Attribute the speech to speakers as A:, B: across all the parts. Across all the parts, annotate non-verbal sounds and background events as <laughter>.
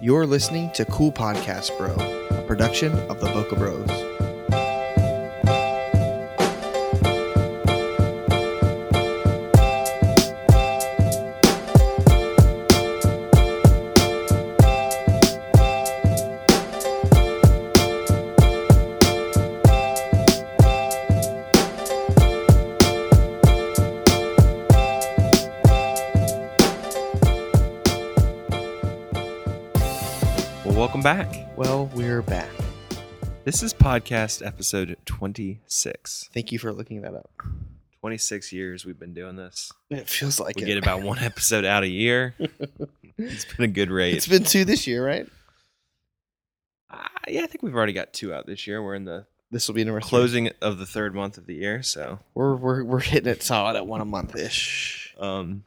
A: You're listening to Cool Podcast Bro, a production of the Book of Bros.
B: Well, welcome back.
A: Well, we're back.
B: This is podcast episode 26.
A: Thank you for looking that up.
B: 26 years we've been doing this.
A: It feels like
B: We
A: it.
B: get about one episode out a <laughs> year. It's been a good rate.
A: it's been two this year, right?
B: Ah, yeah, I think we've already got two out this year. We're in the
A: This will be number three.
B: closing of the third month of the year. So,
A: We're, we're we're hitting it solid at one a month ish.
B: um,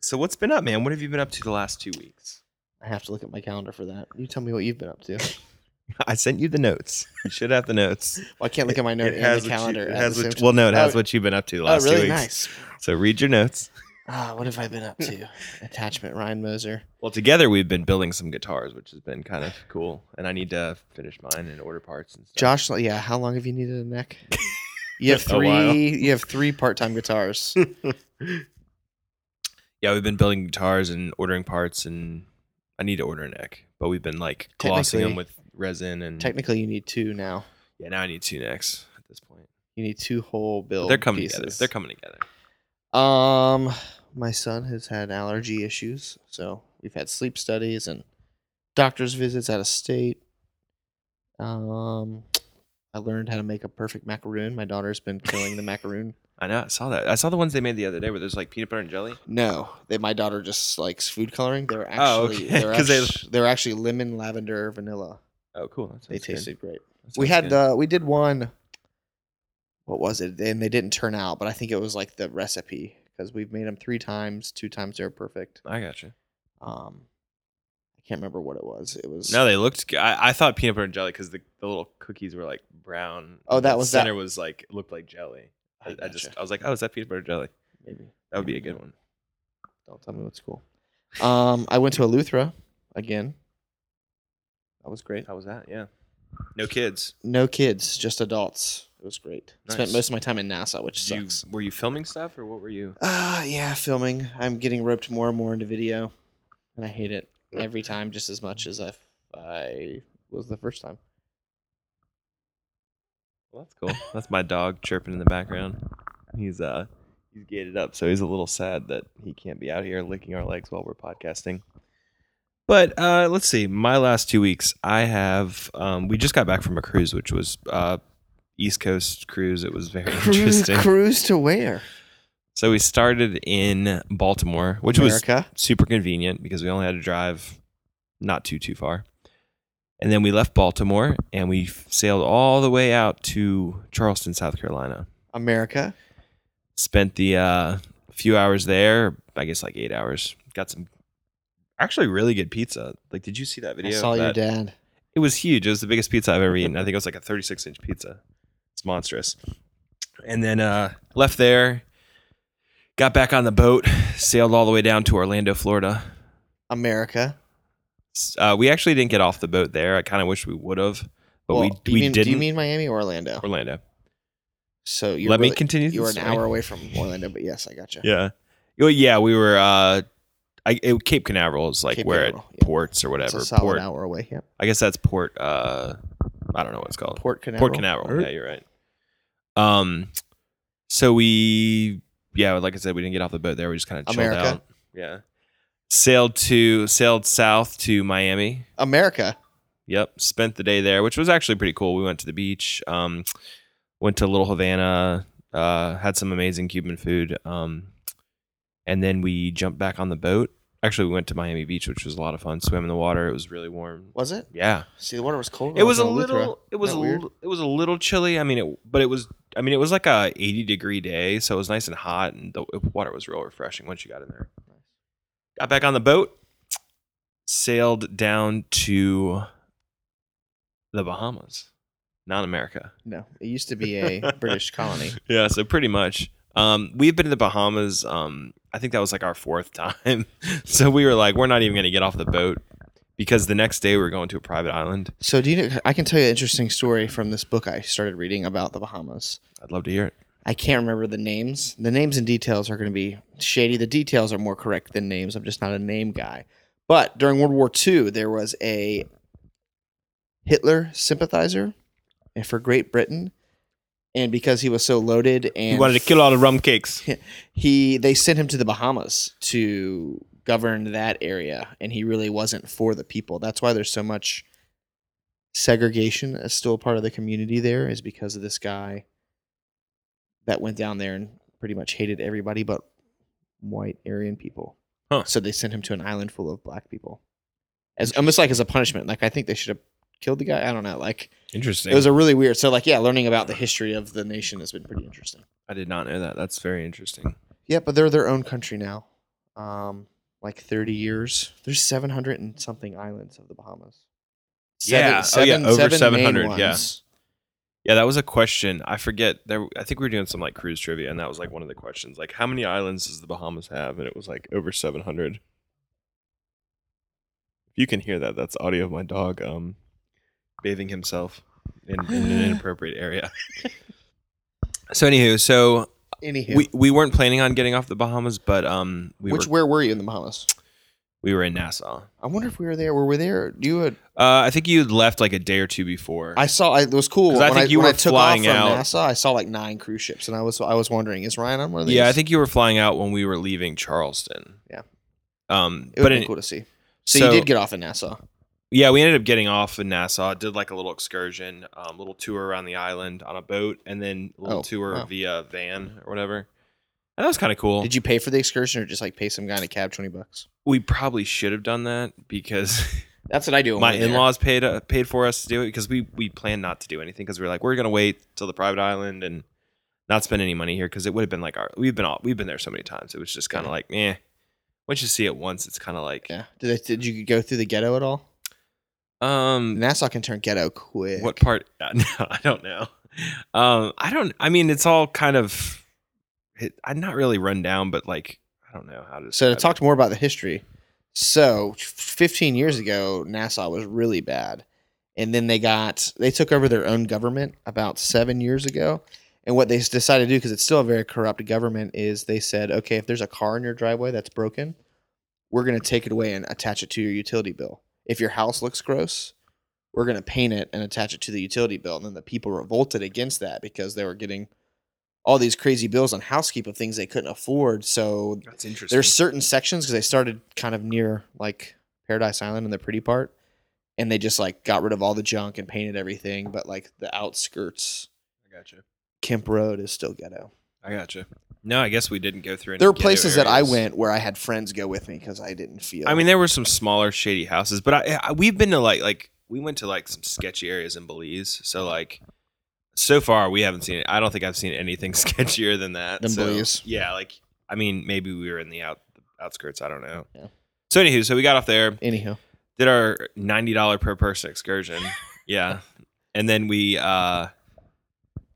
B: so what's been up, man? What have you been up to the last two weeks?
A: I have to look at my calendar for that. You tell me what you've been up to. Well,
B: <laughs> I sent you the notes. You should have the notes.
A: I can't look at my note and the
B: what you-
A: calendar.
B: it
A: at
B: has
A: the
B: what-
A: same
B: well, no, it has
A: Oh,
B: what you've been up to the
A: time.
B: last
A: Oh, really
B: two weeks.
A: nice.
B: So read your notes.
A: Ah, what have I been up
B: <laughs>
A: to? Attachment Ryan Moser.
B: Well, together we've been building some guitars, which has been kind of cool. And I need to finish mine and order parts and stuff.
A: Josh, yeah, how long have you needed a
B: <laughs>
A: neck? You have
B: A
A: three.
B: while.
A: You have three part-time
B: <laughs>
A: guitars.
B: yeah, we've been building guitars and ordering parts, and I need to order a neck. But we've been like glossing them
A: Technically-
B: with resin and
A: Technically, you need two now.
B: yeah. Now I need two necks at this point.
A: You need two whole
B: But
A: build.
B: they're coming together.
A: pieces.
B: They're coming together.
A: Um, my son has had allergy issues, so we've had sleep studies and doctor's visits out of state. Um, I learned how to make a perfect macaroon. My daughter's been killing
B: <laughs>
A: the macaroon.
B: I know. I saw that. I saw the ones they made the other day where there's like peanut butter and jelly.
A: No, they, my daughter just likes food coloring. They're
B: Oh,
A: actually
B: okay,
A: they're,
B: <laughs> 'cause they-
A: actually, they, are actually lemon, lavender, vanilla.
B: Oh, cool. That
A: They
B: sounds good.
A: tasted great.
B: That
A: we
B: sounds
A: had
B: good.
A: the we did one. What was it? And they didn't turn out, but I think it was like the recipe because we've made them three times. Two times they're perfect.
B: I gotcha.
A: um i can't remember what it was it was
B: No, they looked. g- I, I thought peanut butter and jelly because the, the little cookies were like brown.
A: Oh,
B: and
A: that
B: the
A: was that-
B: center was like looked like jelly. I, I just
A: gotcha.
B: I was like, oh, is that peanut butter and jelly?
A: maybe
B: That would be a good one.
A: don't tell me what's cool um i went to eleuthera again that was great
B: How was that? Yeah. No kids.
A: no kids just adults it was great spent
B: Nice.
A: most of my time in nasa which
B: Did you-
A: sucks
B: were you filming stuff or what were you?
A: ah yeah filming i'm getting roped more and more into video and i hate it every time just as much as i i was the first time
B: Well, that's cool. <laughs> That's my dog chirping in the background. He's uh he's gated up, so he's a little sad that he can't be out here licking our legs while we're podcasting. But uh, let's see. My last two weeks, I have um, we just got back from a cruise, which was uh, East Coast cruise. It was very <laughs>
A: cruise,
B: <laughs> interesting.
A: cruise to where
B: So we started in Baltimore, which was
A: america
B: super convenient because we only had to drive not too too far. And then we left Baltimore and we f- sailed all the way out to Charleston, South Carolina.
A: america
B: Spent the uh, few hours there, I guess like eight hours. Got some actually really good pizza. Like, did you see that video?
A: i
B: of
A: saw your
B: that?
A: dad
B: It was huge. It was the biggest pizza I've ever eaten. I think it was like a 36 inch pizza. It's monstrous. And then uh, left there, got back on the boat, sailed all the way down to Orlando, Florida.
A: america
B: Uh, we actually didn't get off the boat there. I kind of wish we would have, but
A: Well,
B: we
A: you
B: we
A: mean-
B: didn't.
A: Do you mean Miami or Orlando?
B: Orlando?
A: So you're
B: Let
A: really,
B: me continue.
A: You were
B: the
A: an
B: story.
A: hour away from Orlando, but yes, I got you.
B: Yeah. Well, yeah, we were. Uh, I it, Cape Canaveral is like
A: Cape
B: where
A: Canaveral,
B: it
A: yeah.
B: ports or
A: it's
B: whatever.
A: a solid
B: Port.
A: hour away. Yep.
B: I guess that's port. Uh, I don't know what it's called.
A: Port Canaveral.
B: Port Canaveral.
A: Or-
B: Yeah, you're right. Um, so we yeah, like I said, we didn't get off the boat there. We just kind of chilled
A: America.
B: out. Yeah. Sailed to sailed south to Miami.
A: America.
B: Yep, spent the day there, which was actually pretty cool. We went to the beach, um, went to Little Havana, uh, had some amazing Cuban food, um, and then we jumped back on the boat. Actually, we went to Miami Beach, which was a lot of fun. Swam in the water; it was really warm.
A: Was it?
B: Yeah,
A: See, the water was cold. when
B: it
A: I
B: was a
A: in Eleuthera.
B: little. It was a
A: Isn't that weird?
B: little. It was a little chilly. I mean, it, but it was. I mean, it was like a eighty degree day, so it was nice and hot, and the water was real refreshing once you got in there. Got back on the boat, sailed down to the Bahamas, not America.
A: No, it used to be a
B: <laughs>
A: British <laughs> colony.
B: Yeah, so pretty much. Um, we've been to the Bahamas. <laughs> Um, I think that was like our fourth time. so we were like, we're not even going to get off the boat. because the next day we were going to a private island.
A: So do you? Know, I can tell you an interesting story from this book I started reading about the Bahamas.
B: I'd love to hear it.
A: I can't remember the names. The names and details are going to be shady. The details are more correct than names. I'm just not a name guy. But during World War II, there was a Hitler sympathizer, and for Great Britain, and because he was so loaded and
B: You wanted to kill all the rum cakes.
A: he they sent him to the Bahamas to govern that area, and he really wasn't for the people. That's why there's so much segregation as still a part of the community there, is because of this guy that went down there and pretty much hated everybody but white Aryan people.
B: Huh.
A: So they sent him to an island full of black people, as almost like as a punishment. Like I think they should have killed the guy. I don't know. Like
B: Interesting.
A: it was a really weird. So like yeah, learning about the history of the nation has been pretty interesting.
B: I did not know that. That's very interesting.
A: Yeah, but they're their own country now. Um, like thirty years. There's seven hundred and something islands of the Bahamas.
B: Yeah. Oh, yeah, over
A: main
B: 700, yeah.
A: ones.
B: Yeah, that was a question. I forget. There, I think we were doing some like cruise trivia, and that was like one of the questions. Like, how many islands does the Bahamas have? And it was like over seven hundred. If you can hear that, that's audio of my dog um bathing himself in, in an inappropriate area. <laughs> so, anywho, so
A: Anywho,
B: we we weren't planning on getting off the Bahamas, but um we
A: which
B: were
A: where were you in the Bahamas?
B: we were in Nassau.
A: I wonder if we were there. Were we there? You had,
B: Uh, I think you had left like a day or two before.
A: I saw. I, it was cool.
B: 'Cause
A: When
B: I
A: I
B: think you
A: when
B: were
A: I took
B: flying
A: off from
B: out.
A: NASA. I saw like nine cruise ships, and I was I was wondering, is Ryan on one of these?
B: yeah, I think you were flying out when we were leaving Charleston.
A: Yeah.
B: Um,
A: it would
B: but
A: be
B: in,
A: cool to see. So,
B: so-
A: you did get off in NASA.
B: yeah, we ended up getting off in Nassau. Did like a little excursion, um, little tour around the island on a boat, and then a little
A: Oh,
B: tour
A: wow.
B: via van or whatever. And that was kind of cool.
A: Did you pay for the excursion or just like pay some guy in a cab twenty bucks?
B: we probably should have done that because
A: <laughs> That's what I do. when
B: my
A: we're there.
B: in laws paid uh, paid for us to do it because we we planned not to do anything because we were like we're gonna wait till the private island and not spend any money here because it would have been like our we've been all we've been there so many times it was just kind of
A: Yeah.
B: like eh. Once you see it once, it's kind of like
A: Yeah. Did they, did you go through the ghetto at all?
B: um
A: Nassau can turn ghetto quick.
B: what part <laughs> uh, no, i don't know um i don't i mean it's all kind of it, i'm not really run down but like i don't know how to
A: So to
B: describe
A: talk more about the history. So 15 years ago, Nassau was really bad, and then they got they took over their own government about seven years ago. And what they s- decided to do, because it's still a very corrupt government, is they said, okay, if there's a car in your driveway that's broken, we're going to take it away and attach it to your utility bill. If your house looks gross, we're going to paint it and attach it to the utility bill. And then the people revolted against that because they were getting all these crazy bills on housekeeping things they couldn't afford. So
B: it. that's interesting
A: there's certain sections because they started kind of near like Paradise Island and the pretty part, and they just like got rid of all the junk and painted everything. But like the outskirts,
B: i gotcha
A: Kemp Road is still ghetto.
B: i gotcha no i guess we didn't go through any
A: There were
B: ghetto
A: places that I
B: areas.
A: went where I had friends go with me because I didn't feel.
B: i mean there were some smaller shady houses but I, I we've been to like like we went to like some sketchy areas in belize so like so far we haven't seen it i don't think i've seen anything <laughs> sketchier than that
A: Than
B: So,
A: Belize.
B: yeah like i mean maybe we were in the out the outskirts i don't know
A: Yeah.
B: so anywho so we got off there
A: anyhow,
B: did our ninety dollar per person
A: <laughs>
B: excursion. yeah, and then we uh,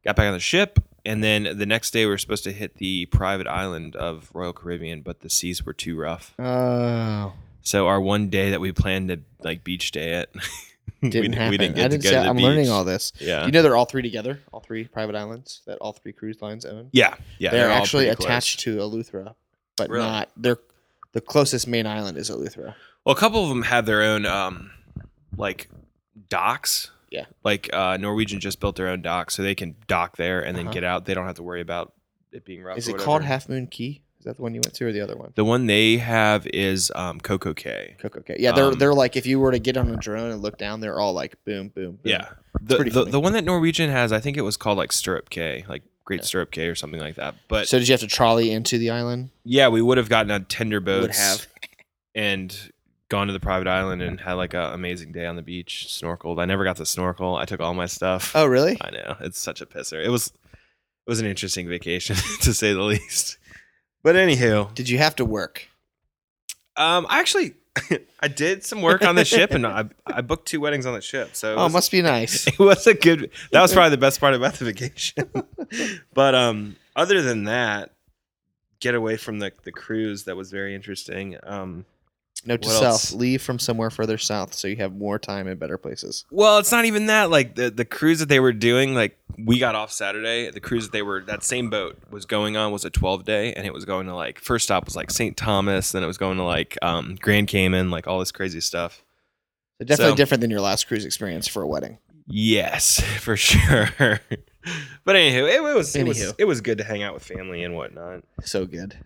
B: got back on the ship, and then the next day we were supposed to hit the private island of Royal Caribbean, but the seas were too rough.
A: oh,
B: So our one day that we planned to like beach day at,
A: <laughs>
B: <laughs>
A: didn't
B: we,
A: happen.
B: we didn't get
A: I didn't
B: to
A: say,
B: go to the
A: I'm
B: beach. Uh.
A: learning all this.
B: Yeah,
A: You know they're all three together, all three private islands that all three cruise lines own.
B: yeah, yeah.
A: they're,
B: all
A: actually
B: pretty close.
A: attached to Eleuthera, but
B: Really?
A: not. They're the closest main island is Eleuthera.
B: Well, a couple of them have their own um, like docks.
A: Yeah.
B: Like uh, Norwegian just built their own dock, so they can dock there and then
A: Uh-huh.
B: get out. They don't have to worry about it being rough.
A: Is
B: or
A: it called
B: whatever.
A: Half Moon Key? Is that the one you went to, or the other one?
B: The one they have is um, Coco K.
A: Coco Cay. Yeah, they're
B: Um,
A: they're like if you were to get on a drone and look down, they're all like boom, boom, boom.
B: Yeah. The,
A: pretty
B: the,
A: funny.
B: the one that Norwegian has, I think it was called like Stirrup K, like Great
A: Yeah.
B: Stirrup K or something like that. But
A: So did you have to trolley into the island?
B: yeah, we would have gotten on tender boats
A: Would have.
B: and gone to the private island and had like an amazing day on the beach, snorkeled. I never got to snorkel. I took all my stuff.
A: Oh, really?
B: I know. It's such a pisser. It was it was an interesting vacation <laughs> to say the least. But anywho,
A: Did you have to work?
B: um, I actually <laughs> I did some work on the ship and I I booked two weddings on the ship. So it
A: Oh,
B: was-
A: must be nice.
B: <laughs> it was a good that was probably the best part about
A: <laughs>
B: the vacation but um other than that get away from the the cruise that was very interesting um
A: Note to
B: What
A: self:
B: else?
A: leave from somewhere further south so you have more time and better places.
B: Well, it's not even that. Like the the cruise that they were doing, like we got off Saturday. The cruise that they were that same boat was going on was a twelve day, and it was going to like first stop was like St. Thomas, then it was going to like um, Grand Cayman, like all this crazy stuff.
A: So definitely
B: So-
A: different than your last cruise experience for a wedding.
B: Yes, <laughs> for sure. but anywho, it, was it was
A: Anywho.
B: it was good to hang out with family and whatnot.
A: So good.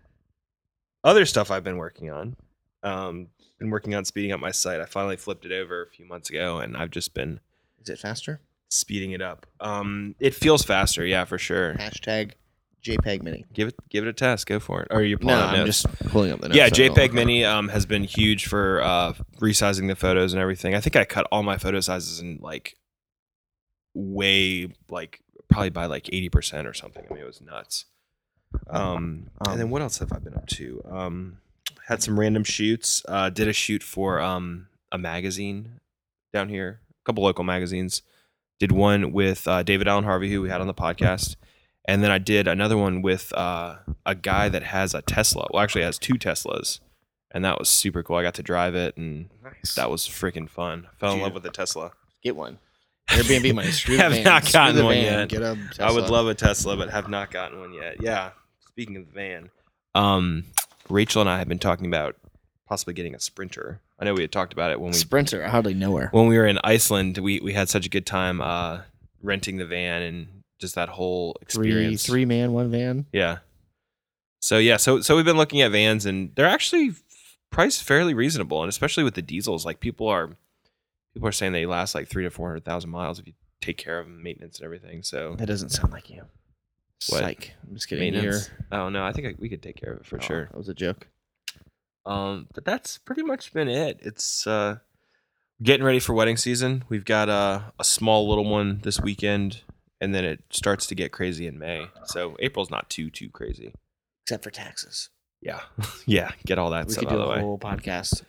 B: Other stuff I've been working on. Um, been working on speeding up my site. I finally flipped it over a few months ago, and I've just been
A: Is it faster?
B: speeding it up. Um, it feels faster, yeah, for sure.
A: Hashtag JPEG Mini.
B: give it give it a test. Go for it. Or you
A: No,
B: pulling up
A: I'm
B: notes?
A: just pulling up the notes.
B: yeah.
A: I don't know.
B: JPEG Mini um, has been huge for uh, resizing the photos and everything. I think I cut all my photo sizes in like way like probably by like eighty percent or something. I mean, it was nuts. Um,
A: Um,
B: and then what else have I been up to? Um, had some random shoots. Uh, did a shoot for um a magazine down here, a couple local magazines. Did one with uh, David Allen Harvey, who we had on the podcast, and then I did another one with uh, a guy that has a Tesla. Well, actually, has two Teslas, and that was super cool. I got to drive it, and
A: Nice.
B: that was freaking fun. Fell in
A: Dude.
B: love with the Tesla.
A: Get one. Airbnb
B: <laughs>
A: money. Screw the
B: Have
A: van.
B: not
A: Screw
B: gotten
A: the
B: one
A: van.
B: yet.
A: Get a
B: I would
A: Tesla.
B: love a Tesla, but have not gotten one yet. Yeah. Speaking of the van, um, Rachel and I have been talking about possibly getting a Sprinter. I know we had talked about it when we
A: Sprinter. I hardly know her.
B: when we were in Iceland. We we had such a good time uh, renting the van and just that whole
A: Three,
B: experience.
A: three man, one van.
B: Yeah. So yeah, so so we've been looking at vans and they're actually priced fairly reasonable, and especially with the diesels, like people are people are saying they last like three to four hundred thousand miles if you take care of them, maintenance and everything. So
A: That doesn't sound like you.
B: What?
A: Psych. I'm just kidding. You're-
B: Oh no, I think I, we could take care of it for
A: Oh,
B: sure.
A: That was a joke.
B: Um, but that's pretty much been it. It's uh, getting ready for wedding season. We've got uh, a small little one this weekend, and then it starts to get crazy in May. So April's not too too crazy.
A: Except for taxes.
B: Yeah, <laughs> yeah. Get all that
A: we
B: stuff
A: could
B: out
A: do
B: of the
A: a
B: way.
A: whole podcast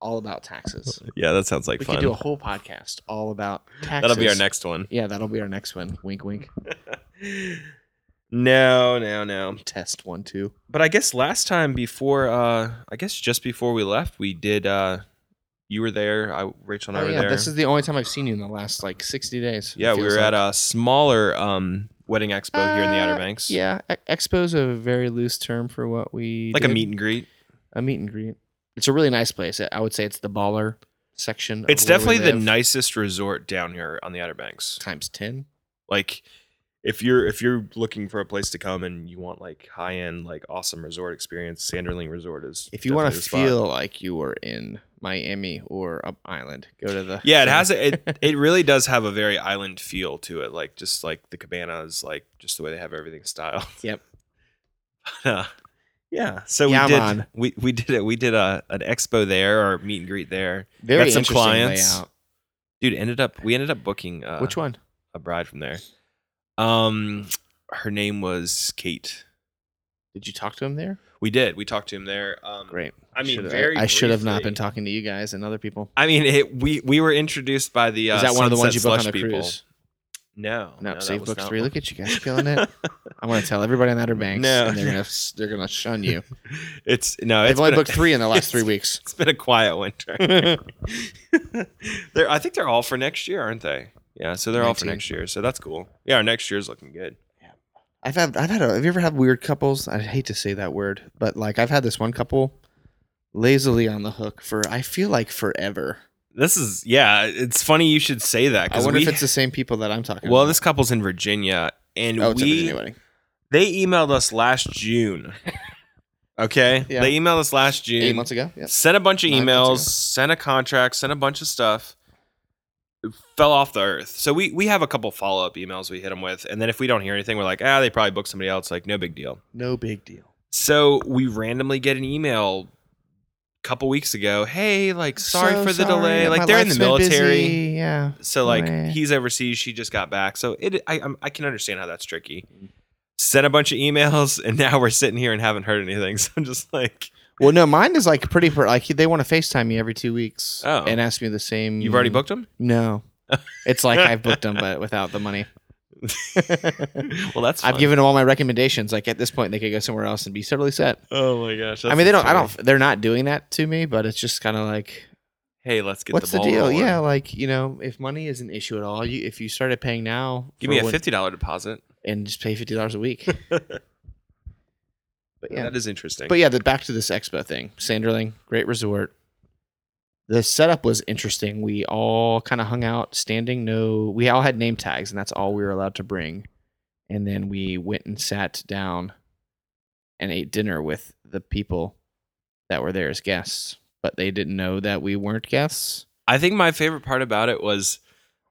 A: all about
B: <laughs>
A: taxes.
B: yeah, that sounds like
A: we
B: fun.
A: could do a whole podcast all about taxes.
B: <gasps> That'll be our next one.
A: Yeah, that'll be our next one. Wink, wink.
B: no, no, no.
A: Test one, two.
B: But I guess last time before, uh, I guess just before we left, we did. Uh, you were there. I Rachel and I
A: Oh,
B: were
A: yeah,
B: there.
A: this is the only time I've seen you in the last like 60 days. it
B: Yeah, we
A: feels
B: were
A: like.
B: at a smaller um, wedding expo here in the Outer
A: Uh,
B: Banks.
A: Yeah, e- expo's a very loose term for what we
B: like a
A: did.
B: meet and greet.
A: a meet and greet. It's a really nice place. I- I would say it's the baller section. of
B: It's
A: where we
B: definitely the
A: live.
B: nicest resort down here on the Outer Banks.
A: times ten.
B: Like, if you're if you're looking for a place to come and you want like high end like awesome resort experience, Sanderling Resort is.
A: If you want to
B: definitely the spot.
A: feel like you were in Miami or a island, go to the
B: Yeah, it has a, it. It really does have a very island feel to it, like just like the cabanas, like just the way they have everything styled. <laughs>
A: Yep.
B: Uh, yeah, so
A: Yeah,
B: we did.
A: man.
B: We we did it. We did a an expo there or meet and greet there.
A: very
B: got some
A: interesting
B: clients.
A: layout.
B: dude ended up we ended up booking uh,
A: Which one?
B: a bride from there um her name was kate
A: Did you talk to him there?
B: we did we talked to him there um
A: Great.
B: i mean
A: Should've-
B: very
A: I should have not
B: briefly.
A: been talking to you guys and other people.
B: i mean it, we we were introduced by the uh,
A: Is that one of the
B: Sunset
A: ones you booked
B: Slush
A: on a
B: people.
A: cruise?
B: no
A: No,
B: that
A: so you
B: was
A: booked
B: not
A: three.
B: one.
A: Look at you guys killing
B: <laughs>
A: it. I'm gonna tell everybody on Outer Banks,
B: No.
A: and they're gonna they're gonna shun you.
B: it's no
A: I've
B: it's
A: only
B: been a-
A: booked three in
B: <laughs>
A: the last
B: it's-
A: three weeks.
B: it's been a
A: <laughs>
B: quiet winter they're i think they're all for next year aren't they yeah so they're all for
A: 19.
B: next year so that's cool yeah our next year's looking good
A: I've had I've had a, have you ever had weird couples? I hate to say that word, but like I've had this one couple lazily on the hook for I feel like forever.
B: this is yeah it's funny you should say that
A: I
B: because
A: wonder
B: we
A: if it's the same people that I'm talking
B: Well,
A: about.
B: this couple's in Virginia, and
A: oh, it's a
B: we
A: Virginia wedding.
B: they emailed us
A: <laughs>
B: last June. okay,
A: Yeah.
B: they emailed us last June.
A: Eight months ago. Yep.
B: Sent a bunch of
A: Nine months
B: emails,
A: ago.
B: sent a contract, sent a bunch of stuff. It fell off the earth. So we we have a couple follow up emails we hit them with, and then if we don't hear anything, we're like, ah, they probably booked somebody else. Like, no big deal.
A: No big deal.
B: So we randomly get an email a couple weeks ago. Hey, like, sorry
A: So
B: for the
A: sorry,
B: delay. Like,
A: my
B: they're in the
A: life's been
B: military.
A: busy, Yeah.
B: So like
A: Right.
B: he's overseas, she just got back. So it I I'm- I can understand how that's tricky.
A: Mm-hmm.
B: Sent a bunch of emails, <laughs> and now we're sitting here and haven't heard anything. <laughs> So I'm just like,
A: Well, no, mine is like pretty. Per- like they want to Facetime me every two weeks
B: Oh.
A: and ask me the same. <laughs>
B: you've already booked them?
A: No, <laughs> it's like I've booked them, but without the money.
B: <laughs> well, that's.
A: I've
B: fun.
A: given them all my recommendations. Like at this point, they could go somewhere else and be totally set.
B: Oh my gosh!
A: I
B: that's
A: mean, they don't. I
B: funny.
A: don't. They're not doing that to me, but it's just kind of like,
B: Hey, let's get.
A: what's the,
B: the, ball
A: deal?
B: rolling.
A: Yeah, like you know, if money is an issue at all, you if you started paying now,
B: Give
A: for
B: me a
A: what-
B: fifty dollar deposit.
A: and just pay fifty dollars a
B: <laughs>
A: week. but yeah,
B: That is interesting.
A: but yeah, the back to this expo thing, Sanderling, great resort. The setup was interesting. We all kind of hung out standing. No, we all had name tags, and that's all we were allowed to bring. And then we went and sat down and ate dinner with the people that were there as guests, but they didn't know that we weren't guests.
B: I think my favorite part about it was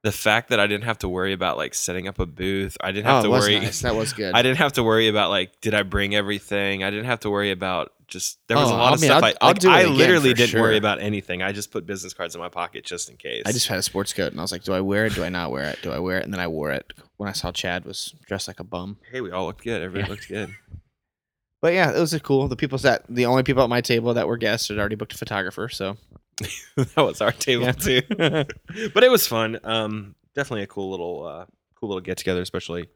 B: the fact that I didn't have to worry about like setting up a booth. I didn't have
A: Oh, it
B: to
A: was
B: worry.
A: nice. That was good.
B: <laughs> I didn't have to worry about like, did I bring everything? I didn't have to worry about just there was
A: Oh,
B: a
A: I
B: lot of
A: mean,
B: stuff.
A: I'll-
B: I,
A: I'll
B: like,
A: do it
B: I
A: again
B: literally
A: for
B: didn't
A: sure.
B: worry about anything. I just put business cards in my pocket just in case.
A: I just had a sports coat and I was like, do I wear it? Do I not wear it? Do I wear it? And then I wore it when I saw Chad was dressed like a bum.
B: hey, we all looked good. Everybody
A: Yeah.
B: looked good.
A: But yeah, it was cool. The people that the only people at my table that were guests had already booked a photographer. So
B: <laughs> that was our table
A: Yeah.
B: too. <laughs> but it was fun. Um, definitely a cool little, uh, cool little get together, especially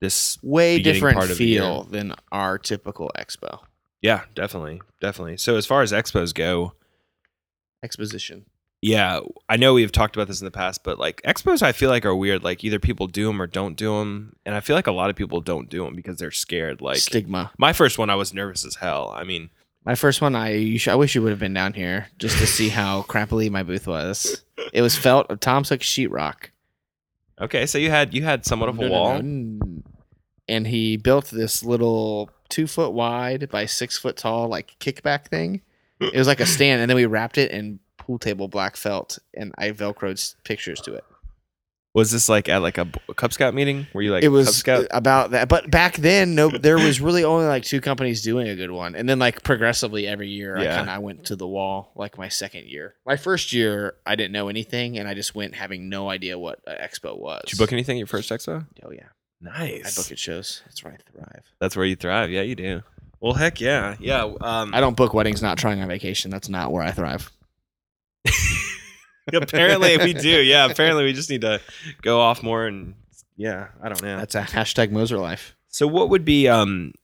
B: this
A: way
B: Beginning
A: different
B: part of the
A: feel than our typical expo
B: Yeah, definitely, definitely. So as far as expos go,
A: exposition.
B: yeah, I know we've talked about this in the past, but like expos, I feel like are weird. Like either people do them or don't do them, and I feel like a lot of people don't do them because they're scared. Like
A: Stigma.
B: my first one, I was nervous as hell. I mean,
A: My first one, I you should, I wish you would have been down here just to see
B: <laughs>
A: how crappily my booth was. It was felt. Tom took sheetrock.
B: okay, so you had you had somewhat of a
A: No, no,
B: wall.
A: no, n- And he built this little two foot wide by six foot tall like kickback thing. It was like a stand, and then we wrapped it in pool table black felt, and I velcroed s- pictures to it.
B: Was this like at like a, b- a Cub Scout meeting? Were you like
A: it
B: Cub
A: was uh,
B: Scout?
A: about that, but back then, no, there was really only like two companies doing a good one, and then like progressively every year, I
B: Yeah.
A: kind of went to the wall. Like my second year, my first year, I didn't know anything, and I just went having no idea what an expo was.
B: Did you book anything at your first expo?
A: Oh yeah, I
B: Nice.
A: book at shows. That's where I thrive.
B: That's where you thrive. Yeah, you do. Well, heck yeah, yeah. Um,
A: I don't book weddings not trying on vacation. That's not where I thrive.
B: <laughs> apparently we do. Yeah, apparently we just need to go off more and yeah, I don't know.
A: That's a hashtag Moser life.
B: So what would be um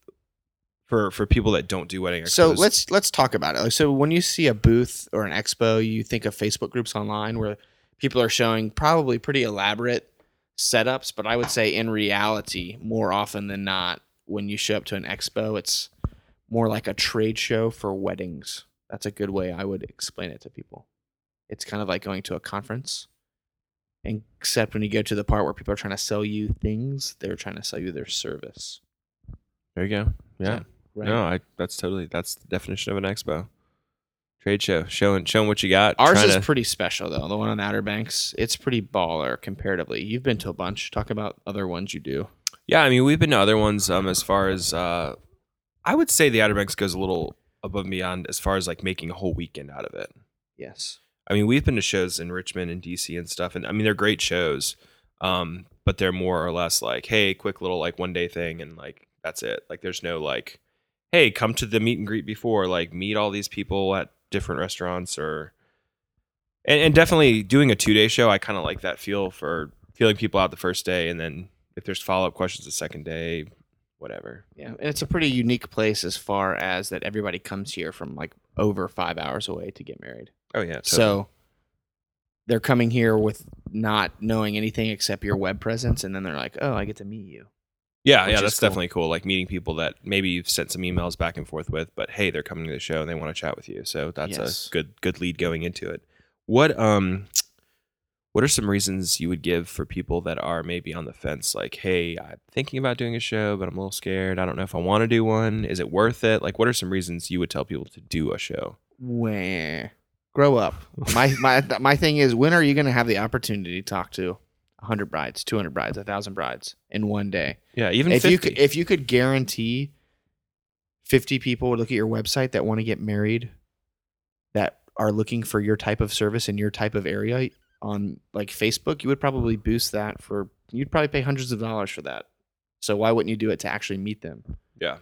B: for for people that don't do wedding?
A: So
B: expos-
A: let's let's talk about it. Like, So when you see a booth or an expo, you think of Facebook groups online where people are showing probably pretty elaborate setups, but I would say in reality, more often than not, when you show up to an expo, it's more like a trade show for weddings. That's a good way I would explain it to people. It's kind of like going to a conference. Except when you go to the part where people are trying to sell you things, they're trying to sell you their service.
B: There you go. Yeah.
A: Right.
B: No, I that's totally that's the definition of an expo. Trade show, showing showing what you got.
A: Ours
B: trying
A: is
B: to-
A: pretty special though. The one on Outer Banks, it's pretty baller comparatively. You've been to a bunch. Talk about other ones you do.
B: yeah. I mean, we've been to other ones. Um, as far as uh, I would say the Outer Banks goes a little above and beyond as far as like making a whole weekend out of it.
A: Yes.
B: I mean, we've been to shows in Richmond and DC and stuff, and I mean they're great shows, um, but they're more or less like, hey, quick little like one day thing, and like that's it. Like there's no like, hey, come to the meet and greet before, like meet all these people at different restaurants or, and, and definitely doing a two day show. I kind of like that feel for feeling people out the first day, and then if there's follow up questions the second day, whatever.
A: Yeah. And it's a pretty unique place as far as that everybody comes here from like over five hours away to get married.
B: Oh yeah, totally.
A: So they're coming here with not knowing anything except your web presence, and then they're like, Oh, I get to meet you.
B: Yeah,
A: which
B: yeah,
A: is
B: that's
A: cool.
B: definitely cool. Like meeting people that maybe you've sent some emails back and forth with, but hey, they're coming to the show and they want to chat with you. So that's
A: Yes.
B: a good good lead going into it. What um what are some reasons you would give for people that are maybe on the fence like, "Hey, I'm thinking about doing a show, but I'm a little scared. I don't know if I want to do one. Is it worth it?" Like what are some reasons you would tell people to do a show?
A: Where grow up. My my my thing is when are you gonna have the opportunity to talk to hundred brides, two hundred brides, thousand brides in one day?
B: Yeah, even
A: if
B: 50.
A: you could, if you could guarantee 50 people would look at your website that want to get married that are looking for your type of service in your type of area on like Facebook, you would probably boost that for you'd probably pay hundreds of dollars for that. So why wouldn't you do it to actually meet them?
B: Yeah.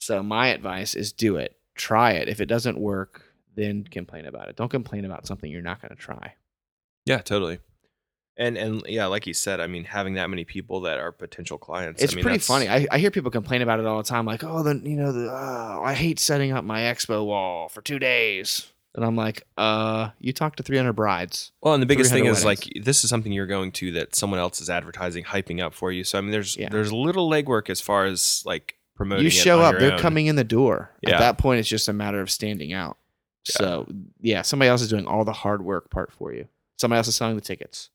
A: So my advice is do it. Try it. If it doesn't work, then complain about it. Don't complain about something you're not going to try.
B: Yeah, totally. And and yeah, like you said, I mean, having that many people that are potential clients,
A: It's
B: I mean,
A: pretty
B: that's-
A: funny. I, I hear people complain about it all the time, like, oh, the you know, the uh, I hate setting up my expo wall for two days, and I'm like, uh, you talk to 300 brides.
B: Well, and the biggest thing
A: 300
B: is like this is something you're going to that someone else is advertising, hyping up for you. So I mean, there's
A: Yeah.
B: there's little legwork as far as like promoting.
A: you
B: it
A: show
B: on
A: up,
B: your
A: they're
B: own.
A: coming in the door.
B: Yeah.
A: At that point, it's just a matter of standing out.
B: Yeah.
A: So yeah, somebody else is doing all the hard work part for you. Somebody else is selling the tickets.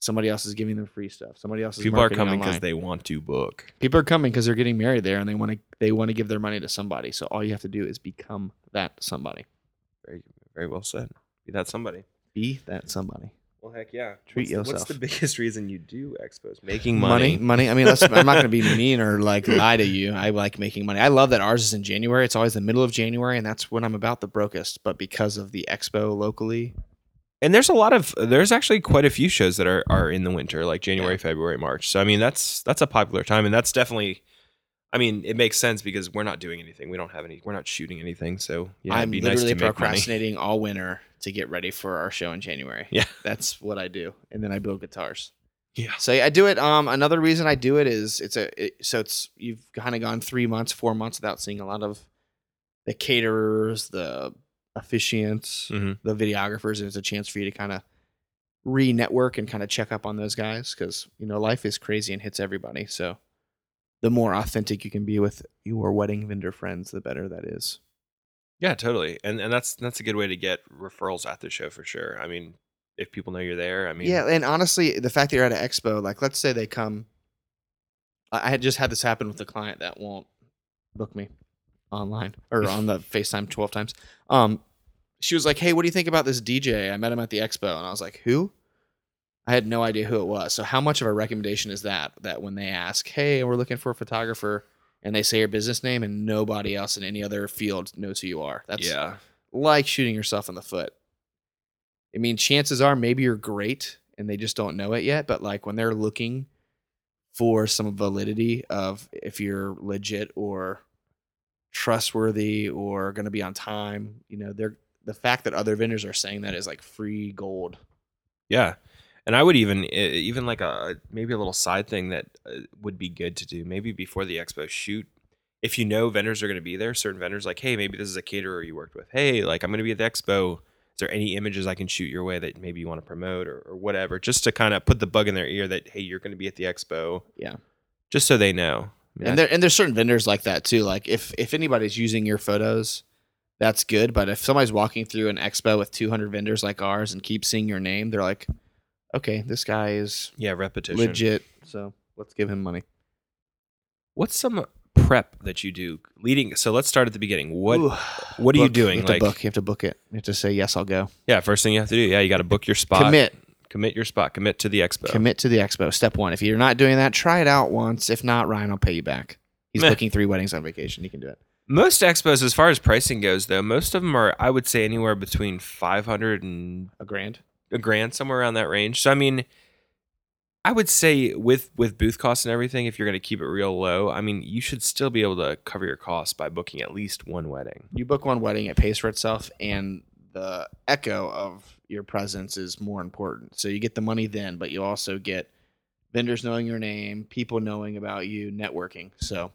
A: Somebody else is giving them free stuff. Somebody else is
B: People are
A: marketing
B: coming because
A: online.
B: they want to book.
A: people are coming because they're getting married there and they want to they want to give their money to somebody so all you have to do is become that somebody
B: Very very well said. Be that somebody.
A: be that somebody
B: Well, heck yeah.
A: Treat
B: What's the-
A: yourself.
B: What's the biggest reason you do expos? Making
A: money
B: money.
A: money i mean let's, i'm not going to be mean or
B: <laughs>
A: like lie to you i like making money i love that ours is in january it's always the middle of january and that's when i'm about the brokest but because of the expo locally
B: And there's a lot of there's actually quite a few shows that are are in the winter, like January, February, March. So I mean, that's that's a popular time, and that's definitely. I mean, it makes sense because we're not doing anything. We don't have any. We're not shooting anything. So yeah,
A: i'm
B: it'd be nice
A: literally
B: to make money.
A: procrastinating all winter to get ready for our show in january
B: Yeah.
A: that's what i do and then i build guitars
B: Yeah.
A: So yeah, I do it. Um, another reason I do it is it's a it, so it's you've kind of gone three months, four months without seeing a lot of the caterers, the officiants,
B: Mhm.
A: the videographers. It's a chance for you to kind of re-network and kind of check up on those guys because you know life is crazy and hits everybody. So the more authentic you can be with your wedding vendor friends, the better that is.
B: Yeah, totally. And and that's that's a good way to get referrals at the show for sure. I mean, if people know you're there, I mean,
A: Yeah, and honestly, the fact that you're at an expo, like let's say they come, I I had just had this happen with a client that won't book me online
B: <laughs>
A: or on the FaceTime twelve times. Um, she was like, "Hey, what do you think about this DJ? I met him at the expo," and I was like, "Who?" I had no idea who it was. So how much of a recommendation is that? That when they ask, "Hey, we're looking for a photographer," and they say your business name, and nobody else in any other field knows who you are. That's
B: yeah,
A: like shooting yourself in the foot. I mean, chances are maybe you're great and they just don't know it yet, but like when they're looking for some validity of if you're legit or trustworthy or going to be on time, you know, they're the fact that other vendors are saying that is like free gold.
B: yeah. And I would even eh, even like a maybe a little side thing that uh, would be good to do maybe before the expo shoot. If you know vendors are going to be there, certain vendors like, hey, maybe this is a caterer you worked with. Hey, like I'm going to be at the expo. Is there any images I can shoot your way that maybe you want to promote or, or whatever? Just to kind of put the bug in their ear that hey, you're going to be at the expo.
A: Yeah.
B: Just so they know. I mean,
A: And there and there's certain vendors like that too. Like if if anybody's using your photos, that's good. But if somebody's walking through an expo with 200 vendors like ours and keeps seeing your name, they're like, okay, this guy is
B: yeah, repetition.
A: legit. So let's give him money.
B: What's some prep that you do leading? So let's start at the beginning. What what are you doing?
A: You have
B: like-
A: to book. You have to book it. You have to say yes. I'll go.
B: Yeah, first thing you have to do. Yeah, you got to book your spot.
A: Commit.
B: Commit your spot. Commit to the expo.
A: Commit to the expo. Step one. If you're not doing that, try it out once. If not, Ryan, I'll pay you back. He's
B: Meh.
A: booking three weddings on vacation. He can do it.
B: Most expos, as far as pricing goes, though, most of them are I would say anywhere between five hundred and
A: A grand.
B: a grand, somewhere around that range. So I mean, I would say with with booth costs and everything, if you're going to keep it real low, I mean, you should still be able to cover your costs by booking at least one wedding.
A: You book one wedding, it pays for itself, and the echo of your presence is more important. So you get the money then, but you also get vendors knowing your name, people knowing about you, networking. So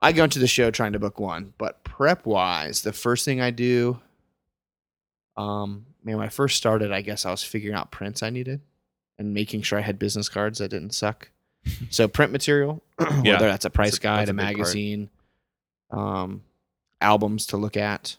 A: I go into the show trying to book one, but prep wise, the first thing I do, um, man, when I first started, I guess I was figuring out prints I needed and making sure I had business cards that didn't suck. so print material, <clears throat> whether
B: Yeah.
A: that's a price
B: That's a-
A: guide,
B: that's
A: a,
B: a big part.
A: magazine, um, albums to look at,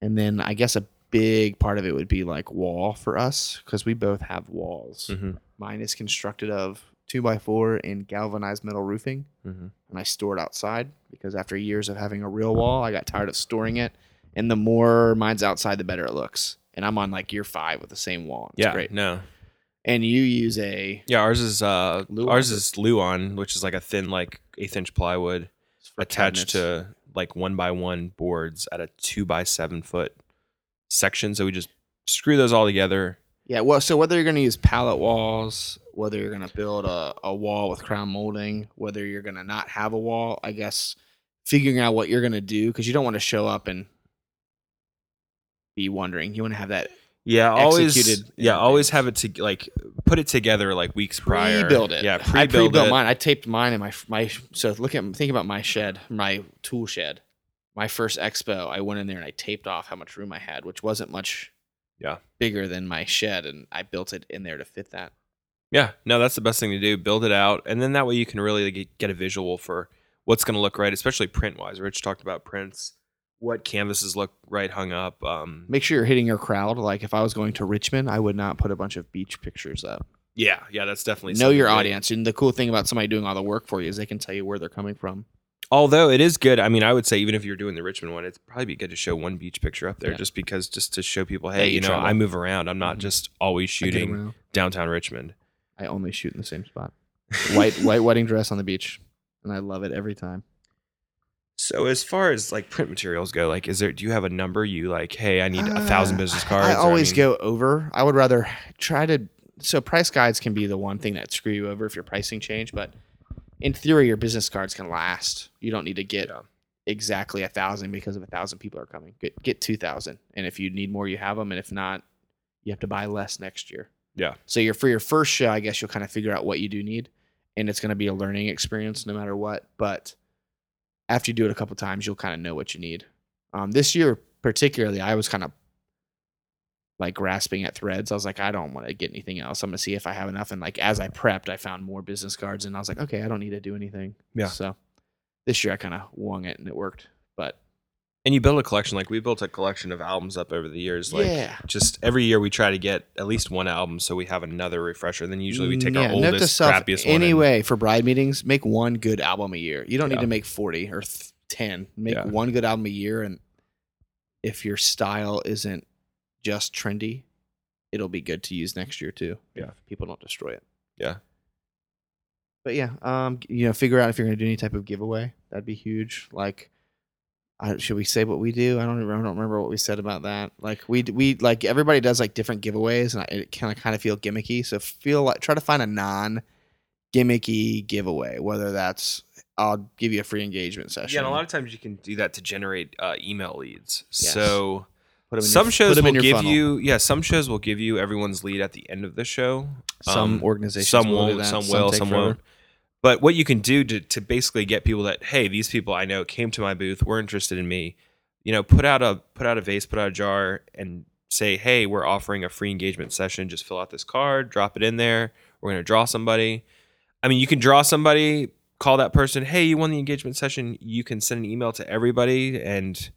A: and then I guess a big part of it would be like wall for us because we both have walls.
B: Mm-hmm.
A: Mine is constructed of two by four and galvanized metal roofing,
B: Mm-hmm.
A: and I store it outside because after years of having a real wall, I got tired of storing it. And the more mine's outside, the better it looks. And I'm on like year five with the same wall. It's
B: Yeah.
A: great.
B: No.
A: And you use a
B: Yeah, ours is uh
A: Luan.
B: ours is Luon, which is like a thin like eighth inch plywood attached to like one by one boards at a two by seven foot section. So we just screw those all together.
A: Yeah, well, so whether you're going to use pallet walls, whether you're going to build a, a wall with crown molding, whether you're going to not have a wall, I guess figuring out what you're going to do because you don't want to show up and be wondering. You want to have that
B: Yeah, always.
A: executed in
B: yeah, always
A: advance.
B: have it to like put it together like weeks prior.
A: Pre-build it.
B: Yeah,
A: I
B: pre-build,
A: pre-built
B: it.
A: mine. I taped mine in my my. So look at think about my shed, my tool shed. My first expo, I went in there and I taped off how much room I had, which wasn't much.
B: Yeah.
A: Bigger than my shed, and I built it in there to fit that.
B: Yeah, no, that's the best thing to do. Build it out, and then that way you can really get, get a visual for what's going to look right, especially print wise. Rich talked about prints, what canvases look right hung up. Um,
A: Make sure you're hitting your crowd. Like if I was going to Richmond, I would not put a bunch of beach pictures up.
B: yeah, yeah, that's definitely
A: know
B: something
A: your
B: great.
A: audience, and the cool thing about somebody doing all the work for you is they can tell you where they're coming from.
B: Although it is good, I mean, I would say even if you're doing the Richmond one, it'd probably be good to show one beach picture up there,
A: Yeah.
B: just because just to show people,
A: Yeah,
B: hey,
A: you
B: you know,
A: travel.
B: I move around. I'm not
A: Mhm.
B: just
A: I
B: always
A: get
B: shooting
A: around.
B: downtown
A: <laughs>
B: Richmond.
A: I only shoot in the same spot. White white wedding dress on the beach, and I love it every time.
B: So as far as like print materials go, like, is there? Do you have a number? You like, hey, I need a thousand
A: Uh,
B: business
A: I-
B: cards.
A: I
B: or
A: always
B: mean-
A: go over. I would rather try to. So price guides can be the one thing that screw you over if your pricing change, but in theory, your business cards can last. You don't need to get
B: Yeah.
A: exactly a thousand because if a thousand people are coming, get get two thousand, and if you need more, you have them, and if not, you have to buy less next year.
B: Yeah.
A: So you're for your first show, I guess you'll kind of figure out what you do need, and it's going to be a learning experience no matter what. But after you do it a couple times, you'll kind of know what you need. Um, this year particularly, I was kind of like grasping at threads. I was like, I don't want to get anything else. I'm gonna see if I have enough. And like as I prepped, I found more business cards, and I was like, okay, I don't need to do anything.
B: Yeah.
A: So this year I kind of wung it, and it worked. But
B: and you build a collection. Like we built a collection of albums up over the years. Like
A: yeah,
B: just every year we try to get at least one album, so we have another refresher. Then usually we take
A: Yeah,
B: our
A: note to
B: oldest,
A: self,
B: crappiest one. and-
A: Anyway, for bride meetings, make one good album a year. You don't need
B: Yeah.
A: to make forty or th- ten. Make
B: Yeah.
A: one good album a year, and if your style isn't just trendy, it'll be good to use next year too.
B: Yeah.
A: if people don't destroy it.
B: Yeah.
A: But yeah, um, g- you know, figure out if you're gonna do any type of giveaway. That'd be huge. Like, I, should we say what we do? I don't remember. I don't remember what we said about that. Like we d- we like everybody does like different giveaways, and I, it kind of kind of feel gimmicky. So feel like try to find a non gimmicky giveaway. Whether that's I'll give you a free engagement session.
B: yeah, and a lot of times you can do that to generate uh, email leads.
A: Yes.
B: So
A: put 'em in your-
B: some
A: put
B: shows
A: 'em
B: will
A: in your
B: give
A: funnel.
B: you, yeah, some shows will give you everyone's lead at the end of the show.
A: some
B: um,
A: organizations.
B: some
A: will do
B: won't,
A: that,
B: some will,
A: take
B: some
A: forever.
B: won't. But what you can do to, to basically get people that hey, these people I know came to my booth, were interested in me, you know, put out a put out a vase, put out a jar, and say hey, we're offering a free engagement session. Just fill out this card, drop it in there. We're gonna draw somebody. I mean, you can draw somebody. Call that person. Hey, you won the engagement session. You can send an email to everybody and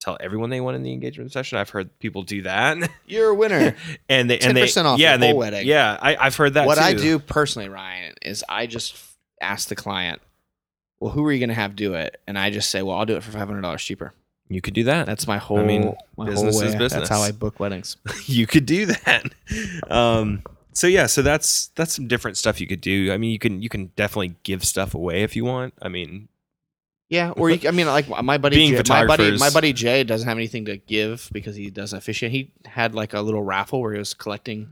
B: tell everyone they won in the engagement session. I've heard people do that, <laughs>
A: You're a winner.
B: and they and they
A: 10% off
B: yeah,
A: your
B: and they,
A: whole wedding.
B: yeah. I, I've heard that.
A: what I
B: too.
A: do personally, Ryan, is I just f- ask the client, "Well, who are you going to have do it?" And I just say, "Well, I'll do it for five hundred dollars cheaper."
B: You could do that. <laughs>
A: That's my whole.
B: mean,
A: my
B: business
A: whole
B: is
A: way.
B: business.
A: That's how I book weddings.
B: you could do that. Um, so yeah, so that's that's some different stuff you could do. I mean, you can you can definitely give stuff away if you want. I mean,
A: Yeah, or you, I mean, like my buddy,
B: Being
A: Jay, my buddy,
B: photographers-
A: my buddy Jay doesn't have anything to give because he doesn't officiate. He had like a little raffle where he was collecting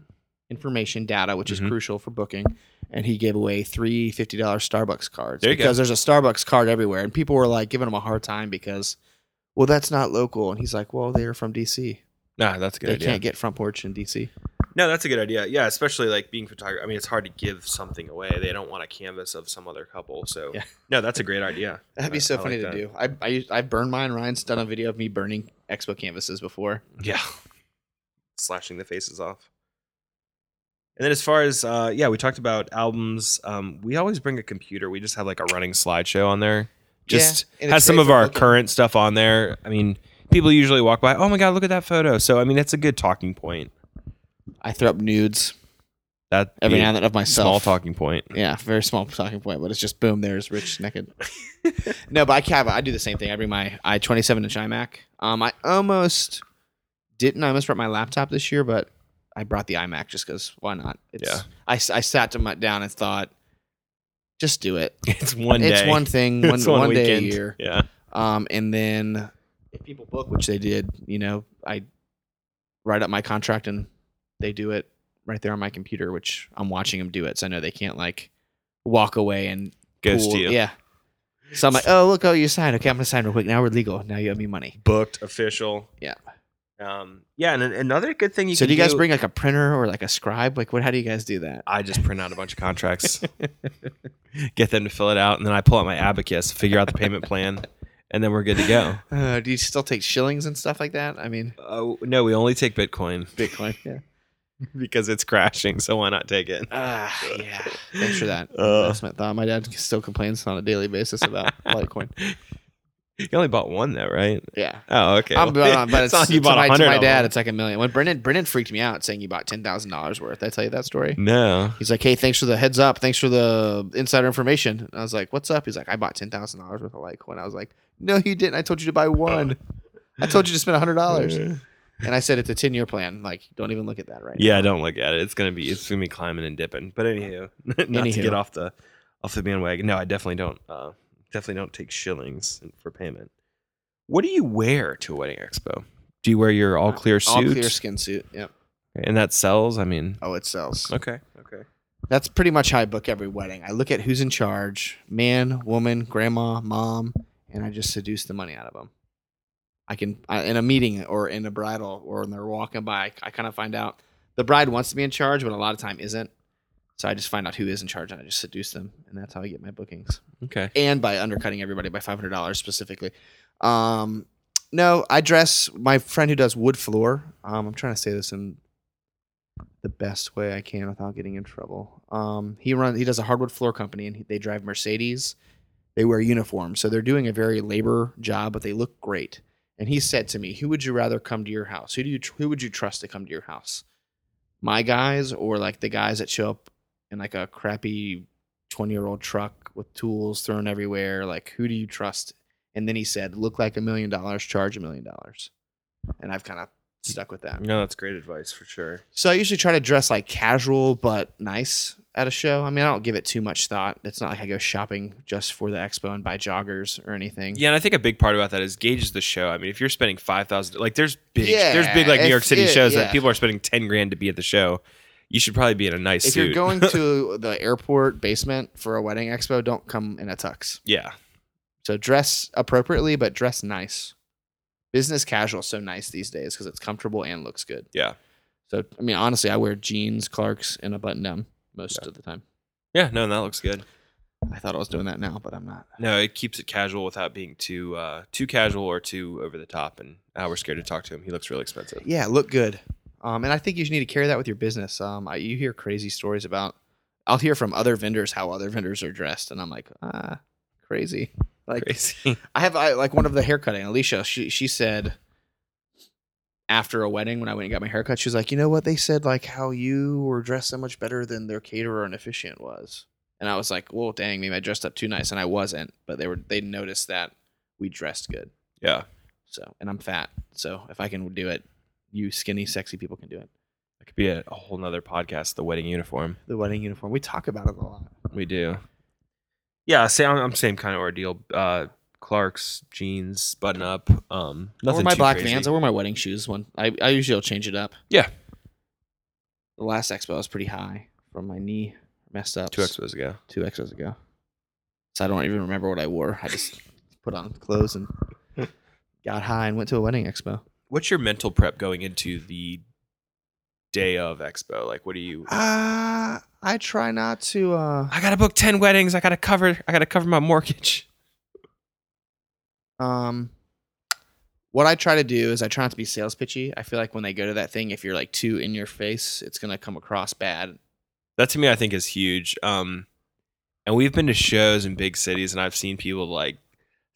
A: information data, which
B: Mhm.
A: is crucial for booking, and he gave away three fifty dollars Starbucks cards
B: There you go.
A: because there's a Starbucks card everywhere, and people were like giving him a hard time because, well, that's not local, and he's like, well, they're from DC.
B: nah, that's a good
A: they
B: idea.
A: can't get front porch in DC.
B: No, that's a good idea. Yeah, especially like being photographer. I mean, it's hard to give something away. They don't want a canvas of some other couple. So
A: Yeah.
B: no, that's a great idea.
A: That'd
B: I-
A: be so
B: I like
A: funny to
B: that.
A: do. I, I I burned mine. Ryan's done a video of me burning expo canvases before.
B: <laughs> Yeah. Slashing the faces off. And then as far as uh, yeah, we talked about albums. Um, we always bring a computer. We just have like a running slideshow on there. Just
A: Yeah, and it's
B: has some
A: great
B: of
A: for
B: our
A: booking.
B: current stuff on there. I mean, people usually walk by, oh my god, look at that photo. So I mean that's a good talking point.
A: I threw up nudes
B: That
A: every
B: yeah,
A: now and then of myself.
B: small talking point. <laughs>
A: Yeah, very small talking point, but it's just boom. There's Rich naked. <laughs> no, but I can I do the same thing. I bring my i twenty seven inch iMac. Um, I almost didn't. I almost brought my laptop this year, but I brought the iMac just because why not? It's,
B: Yeah.
A: I, s- I sat to my, down and thought, just do it.
B: It's one
A: it's
B: day. <laughs>
A: one thing, one,
B: It's
A: one day a
B: weekend.
A: year.
B: Yeah.
A: Um, and then if people book, which they did, you know, I write up my contract and they do it right there on my computer, which I'm watching them do it. So I know they can't like walk away and
B: Ghost
A: pull-
B: you.
A: Yeah. So I'm like, oh look, oh you signed. Okay, I'm gonna sign real quick. Now we're legal. Now you owe me money.
B: Booked official.
A: Yeah.
B: Um, yeah, and an- another good thing you
A: so
B: can
A: do you guys
B: do-
A: bring like a printer or like a scribe? Like what? How do you guys do that?
B: I just print out a bunch of <laughs> contracts, get them to fill it out, and then I pull out my abacus, figure out the payment plan, and then we're good to go.
A: <laughs> Uh, do you still take shillings and stuff like that? I mean,
B: Oh no, we only take Bitcoin <laughs>
A: Bitcoin. yeah.
B: because it's crashing, so why not take it?
A: Ah, yeah. Thanks for that
B: Uh.
A: investment thought. My dad still complains on a daily basis
B: <laughs>
A: about Litecoin.
B: You only bought one though, right?
A: Yeah.
B: Oh, okay.
A: I'm, uh, <laughs>
B: <laughs>
A: but but it's,
B: not like
A: you bought to my, to
B: 100
A: my
B: of
A: dad.
B: them.
A: It's like a million. When Brendan Brendan freaked me out saying you bought ten thousand dollars worth. Did I tell you that story.
B: No.
A: He's like, hey, thanks for the heads up. Thanks for the insider information. And I was like, what's up? He's like, I bought ten thousand dollars worth of Litecoin. I was like, no, you didn't. I told you to buy one. I told you to spend hundred <laughs> dollars. and I said it's a ten year plan. Like, don't even look at that right.
B: Yeah, don't look at it. It's gonna be it's gonna be climbing and dipping. But anywho, <laughs> not to
A: Anywho.
B: get off the off the bandwagon. No, I definitely don't. Uh, definitely don't take shillings for payment. What do you wear to a wedding expo? Do you wear your all clear
A: now. all
B: suit?
A: clear skin suit. Yep.
B: and that sells. I mean,
A: Oh, it sells.
B: okay, okay.
A: That's pretty much how I book every wedding. I look at who's in charge: man, woman, grandma, mom, and I just seduce the money out of them. I can I, in a meeting or in a bridal or when they're walking by, I, kind of find out the bride wants to be in charge, but a lot of time isn't. So I just find out who is in charge and I just seduce them, and that's how I get my bookings.
B: Okay.
A: and by undercutting everybody by five hundred dollars specifically. Um, no, I dress my friend who does wood floor. Um, I'm trying to say this in the best way I can without getting in trouble. Um, he runs. He does a hardwood floor company, and he, they drive Mercedes. They wear uniforms, so they're doing a very labor job, but they look great. And he said to me, "Who would you rather come to your house? Who do you tr- who would you trust to come to your house? My guys or like the guys that show up in like a crappy 20 year old truck with tools thrown everywhere. Like, who do you trust? And then he said, look like a million dollars, charge a million dollars. And I've kind of stuck with that.
B: No, that's great advice for sure.
A: So I usually try to dress like casual but nice at a show. I mean, I don't give it too much thought. It's not like I go shopping just for the expo and buy joggers or anything.
B: Yeah, and I think a big part about that is gauges the show. I mean, if you're spending five thousand, like there's big,
A: Yeah,
B: there's big like New
A: if-
B: York City
A: yeah,
B: shows
A: yeah.
B: that people are spending ten grand to be at the show. You should probably be in a nice
A: If
B: suit.
A: you're going
B: <laughs>
A: to the airport basement for a wedding expo, don't come in a tux.
B: yeah,
A: So dress appropriately, but dress nice. Business casual is so nice these days because it's comfortable and looks good.
B: Yeah.
A: So I mean, honestly, I wear jeans, Clarks, and a button down most of the time.
B: yeah, no, that looks good.
A: I thought I was doing that now, but I'm not.
B: No, it keeps it casual without being too uh, too casual or too over the top. And uh, we're scared to talk to him. He looks really expensive.
A: Yeah, look good. Um, and I think you should need to carry that with your business. Um, I, you hear crazy stories about. I'll hear from other vendors how other vendors are dressed, and I'm like, ah, crazy. Like
B: Crazy. <laughs>
A: I have I, like one of the haircutting. Alicia, she she said after a wedding when I went and got my haircut, she was like, you know what? They said like how you were dressed so much better than their caterer and officiant was. And I was like, well, dang, maybe I dressed up too nice, and I wasn't. But they were they noticed that we dressed good.
B: yeah,
A: So and I'm fat, so if I can do it, you skinny, sexy people can do it.
B: that could be a, a whole nother podcast. The wedding uniform.
A: The wedding uniform, we talk about it a lot.
B: We do. Yeah, same. I'm same kind of ordeal. Uh, Clark's jeans, button up. Um,
A: I wore
B: nothing
A: my
B: too
A: black
B: crazy.
A: Vans. I wore my wedding shoes. One, I, I usually will change it up.
B: Yeah.
A: The last expo I was pretty high from my knee messed up.
B: two expos ago.
A: two expos ago. So I don't even remember what I wore. I just <laughs> put on clothes <laughs> and got high and went to a wedding expo.
B: What's your mental prep going into the day of expo? Like, what do you?
A: Uh, I try not to. Uh,
B: I gotta book ten weddings. I gotta cover. I gotta cover my mortgage. <laughs>
A: um, what I try to do is I try not to be sales pitchy. I feel like when they go to that thing, if you're like too in your face, it's gonna come across bad.
B: That to me, I think is huge. Um, and we've been to shows in big cities, and I've seen people like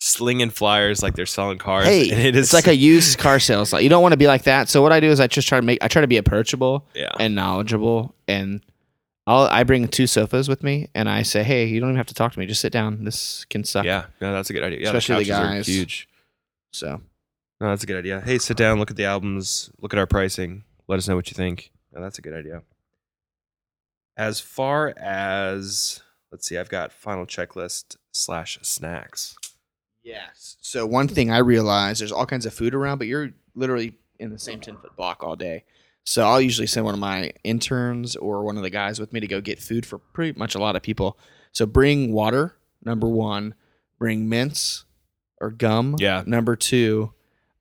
B: slinging flyers like they're selling cars. and <laughs> it is
A: it's like a used car sales. Like you don't want to be like that. So what I do is I just try to make. I try to be approachable.
B: yeah.
A: and knowledgeable and I'll, I bring two sofas with me and I say, hey, you don't even have to talk to me. Just sit down. This can suck.
B: Yeah, no, that's a good idea. Yeah,
A: Especially the
B: couches are
A: guys.
B: huge.
A: So
B: No, that's a good idea. Hey, sit down, look at the albums, look at our pricing, let us know what you think. No, that's a good idea. As far as let's see, I've got final checklist slash snacks.
A: yes. So one thing I realized there's all kinds of food around, but you're literally in the same ten foot block all day. So I'll usually send one of my interns or one of the guys with me to go get food for pretty much a lot of people. So bring water, number one. Bring mints or gum.
B: Yeah.
A: Number two.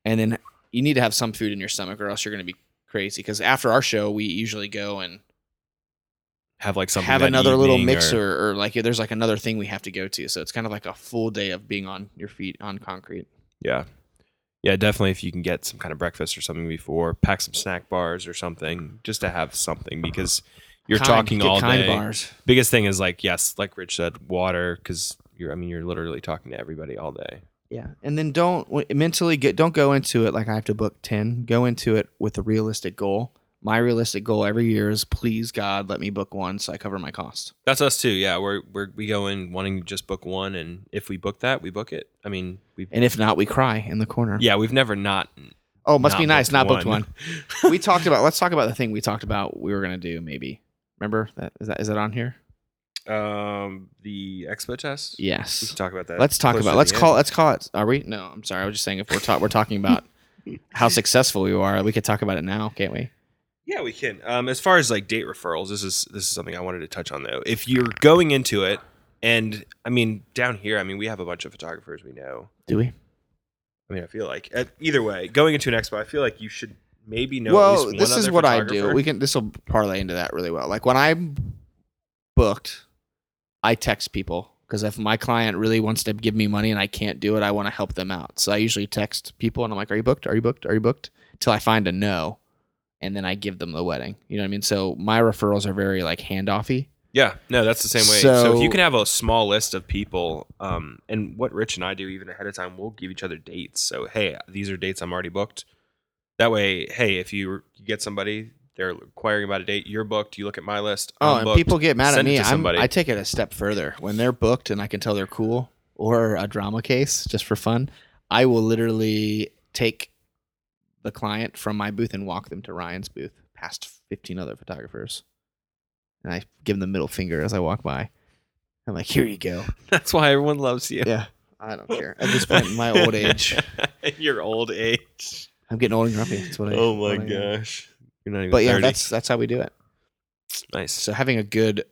A: And then you need to have some food in your stomach, or else you're going to be crazy. Because after our show, we usually go and
B: Have like something.
A: have
B: that
A: another little
B: evening or-
A: mixer, or, like there's like another thing we have to go to. So it's kind of like a full day of being on your feet on concrete.
B: Yeah. Yeah, definitely if you can get some kind of breakfast or something before, pack some snack bars or something just to have something because you're
A: Kind,
B: talking
A: get
B: all
A: kind
B: day.
A: bars.
B: Biggest thing is like, yes, like Rich said, water cuz you're I mean you're literally talking to everybody all day.
A: Yeah, and then don't w- mentally get don't go into it like I have to book ten. Go into it with a realistic goal. My realistic goal every year is please God let me book one so I cover my cost.
B: That's us too. Yeah, we're we're we go in wanting to just book one and if we book that, we book it. I mean, we
A: And if not, we cry in the corner.
B: Yeah, we've never not
A: Oh, must be nice.
B: booked
A: Not booked one.
B: <laughs>
A: we talked about. Let's talk about the thing we talked about. We were gonna do maybe. Remember that? Is that is that on here?
B: <laughs> um the expo test? We
A: Yes.
B: can talk about that.
A: Let's talk
B: closer
A: about.
B: to
A: Let's
B: the
A: call.
B: end.
A: Let's call it. Are we? No, I'm sorry. I was just saying if we're talk, we're talking
B: <laughs>
A: about how successful you are. We could talk about it now, can't we?
B: Yeah, we can. Um, as far as like date referrals, this is this is something I wanted to touch on though. If you're going into it, and I mean down here, I mean we have a bunch of photographers we know.
A: Do we?
B: I mean, I feel like uh either way, going into an expo, I feel like you should maybe know. at least
A: well,
B: one
A: this is
B: other
A: what I do.
B: photographer.
A: We can. This will parlay into that really well. Like when I'm booked, I text people because if my client really wants to give me money and I can't do it, I want to help them out. So I usually text people and I'm like, "Are you booked? Are you booked? Are you booked?" Till I find a no, and then I give them the wedding. You know what I mean? So my referrals are very like handoffy.
B: Yeah, no, that's the same way. So, if
A: So-
B: you can have a small list of people, um, and what Rich and I do even ahead of time, we'll give each other dates. So hey, these are dates I'm already booked. That way, hey, if you you get somebody, they're inquiring about a date, you're booked. You look at my list.
A: Oh,
B: I'm
A: and
B: booked.
A: people get mad at
B: Send it
A: me.
B: to
A: I'm,
B: somebody.
A: I take it a step further. When they're booked and I can tell they're cool or a drama case just for fun, I will literally take the client from my booth and walk them to Ryan's booth past 15 other photographers. And I give them the middle finger as I walk by. I'm like, here you go.
B: <laughs> That's why everyone loves you.
A: Yeah. I don't care. At this point in my
B: <laughs>
A: old age,
B: Your old age.
A: I'm getting old and grumpy. That's what I
B: Oh my
A: what I am.
B: gosh. You're not even
A: But yeah,
B: 30.
A: that's that's how we do it.
B: nice.
A: So having a good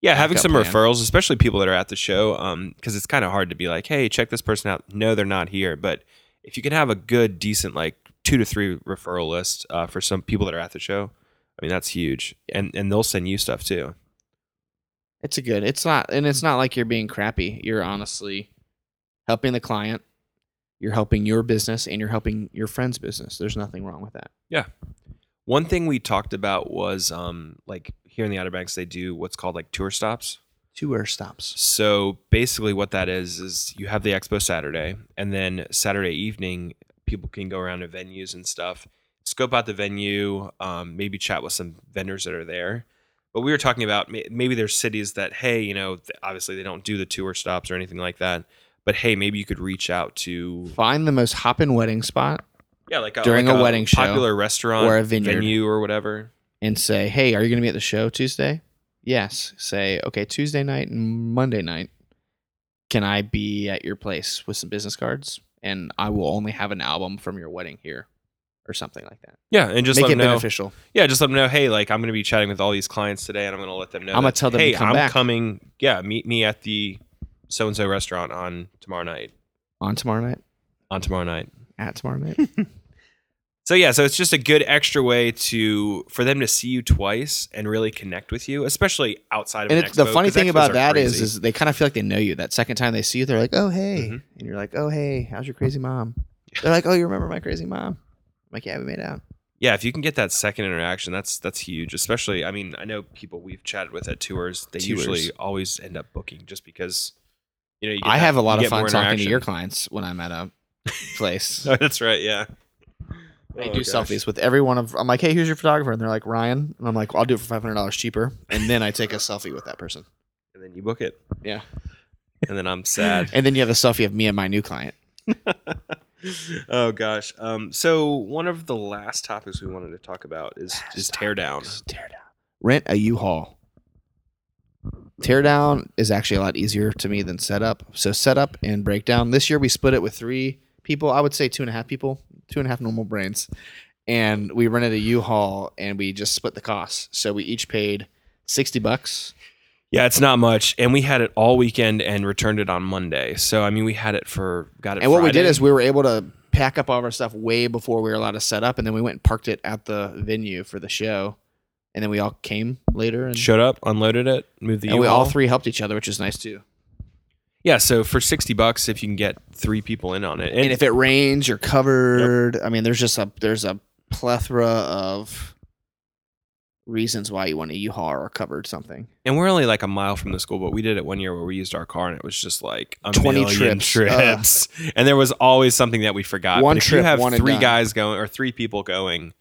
B: Yeah, having
A: backup
B: some
A: plan.
B: referrals, especially people that are at the show, um, because it's kind of hard to be like, hey, check this person out. No, they're not here. But if you can have a good, decent, like two to three referral list uh, for some people that are at the show, I mean, that's huge. And and they'll send you stuff too.
A: It's a good. It's not, and it's not like you're being crappy. You're honestly helping the client. You're helping your business, and you're helping your friend's business. There's nothing wrong with that.
B: One thing we talked about was um, like here in the Outer Banks, they do what's called like tour stops.
A: Tour stops.
B: So basically, what that is is you have the expo Saturday, and then Saturday evening, people can go around to venues and stuff, scope out the venue, um, maybe chat with some vendors that are there. But we were talking about may- maybe there's cities that hey, you know, th- obviously they don't do the tour stops or anything like that. But hey, maybe you could reach out to
A: Find the most hoppin' wedding spot
B: yeah, like a,
A: During
B: like
A: a wedding show
B: popular restaurant
A: or a vineyard.
B: venue or whatever.
A: and say, "Hey, are you going to be at the show Tuesday?" Yes. Say, "Okay, Tuesday night and Monday night. Can I be at your place with some business cards? And I will only have an album from your wedding here, or something like that.
B: Yeah, and just
A: Make
B: let
A: it
B: them know.
A: beneficial.
B: Yeah, just let them know. Hey, like I'm gonna be chatting with all these clients today, and I'm gonna let them know.
A: I'm gonna
B: that,
A: tell them to
B: Hey,
A: come
B: I'm
A: back."
B: coming. Yeah, meet me at the so and so restaurant on tomorrow night.
A: On tomorrow night.
B: On tomorrow night.
A: At tomorrow night.
B: So yeah, so it's just a good extra way to for them to see you twice and really connect with you, especially outside of.
A: and
B: an
A: it's, the
B: expo,
A: funny
B: 'cause
A: thing
B: expos
A: about
B: are
A: that is,
B: crazy.
A: is they kind of feel like they know you. That second time they see you, they're like, "Oh hey,"
B: Mhm.
A: and you're like, "Oh hey, how's your crazy mom?" They're like, "Oh, you remember my crazy mom?" I'm like, "Yeah, we made out."
B: yeah, if you can get that second interaction, that's that's huge. Especially, I mean, I know people we've chatted with at tours. They
A: Tours.
B: usually always end up booking just because, you know, you get
A: I
B: that-
A: have a lot
B: you
A: of
B: get more
A: fun talking to
B: interaction.
A: your clients when I'm at a place.
B: No, <laughs> that's right. Yeah.
A: I
B: Oh,
A: do
B: gosh.
A: selfies with every one of. I'm like, "Hey, who's your photographer?" And they're like, "Ryan," and I'm like, well, "I'll do it for five hundred dollars cheaper," and then I take a selfie with that person.
B: and then you book it.
A: Yeah.
B: And then I'm sad.
A: And then you have a selfie of me and my new client.
B: <laughs> oh gosh. Um, so one of the last topics we wanted to talk about is is teardown.
A: Just tear down. Rent a U-Haul. Teardown is actually a lot easier to me than setup. So setup and breakdown. This year we split it with three people. I would say two and a half people, two and a half normal brains, and we rented a U-Haul and we just split the costs. So we each paid sixty bucks.
B: Yeah, it's not much, and we had it all weekend and returned it on Monday. So I mean, we had it for got it.
A: And what we
B: Friday.
A: did is we were able to pack up all of our stuff way before we were allowed to set up, and then we went and parked it at the venue for the show, and then we all came later and,
B: Showed up, unloaded it, moved the.
A: and we all
B: U-Haul.
A: three helped each other, which is nice too.
B: Yeah, so for sixty bucks, if you can get three people in on it,
A: And, if it rains, you're covered. I mean, there's just a there's a plethora of reasons why you want to U-Haul or covered something.
B: and we're only like a mile from the school, but we did it one year where we used our car and it was just like a
A: 20
B: million
A: trips. Uh.
B: trips. and there was always something that we forgot.
A: One
B: but if you
A: trip,
B: have
A: one and
B: three
A: done.
B: guys going or three people going,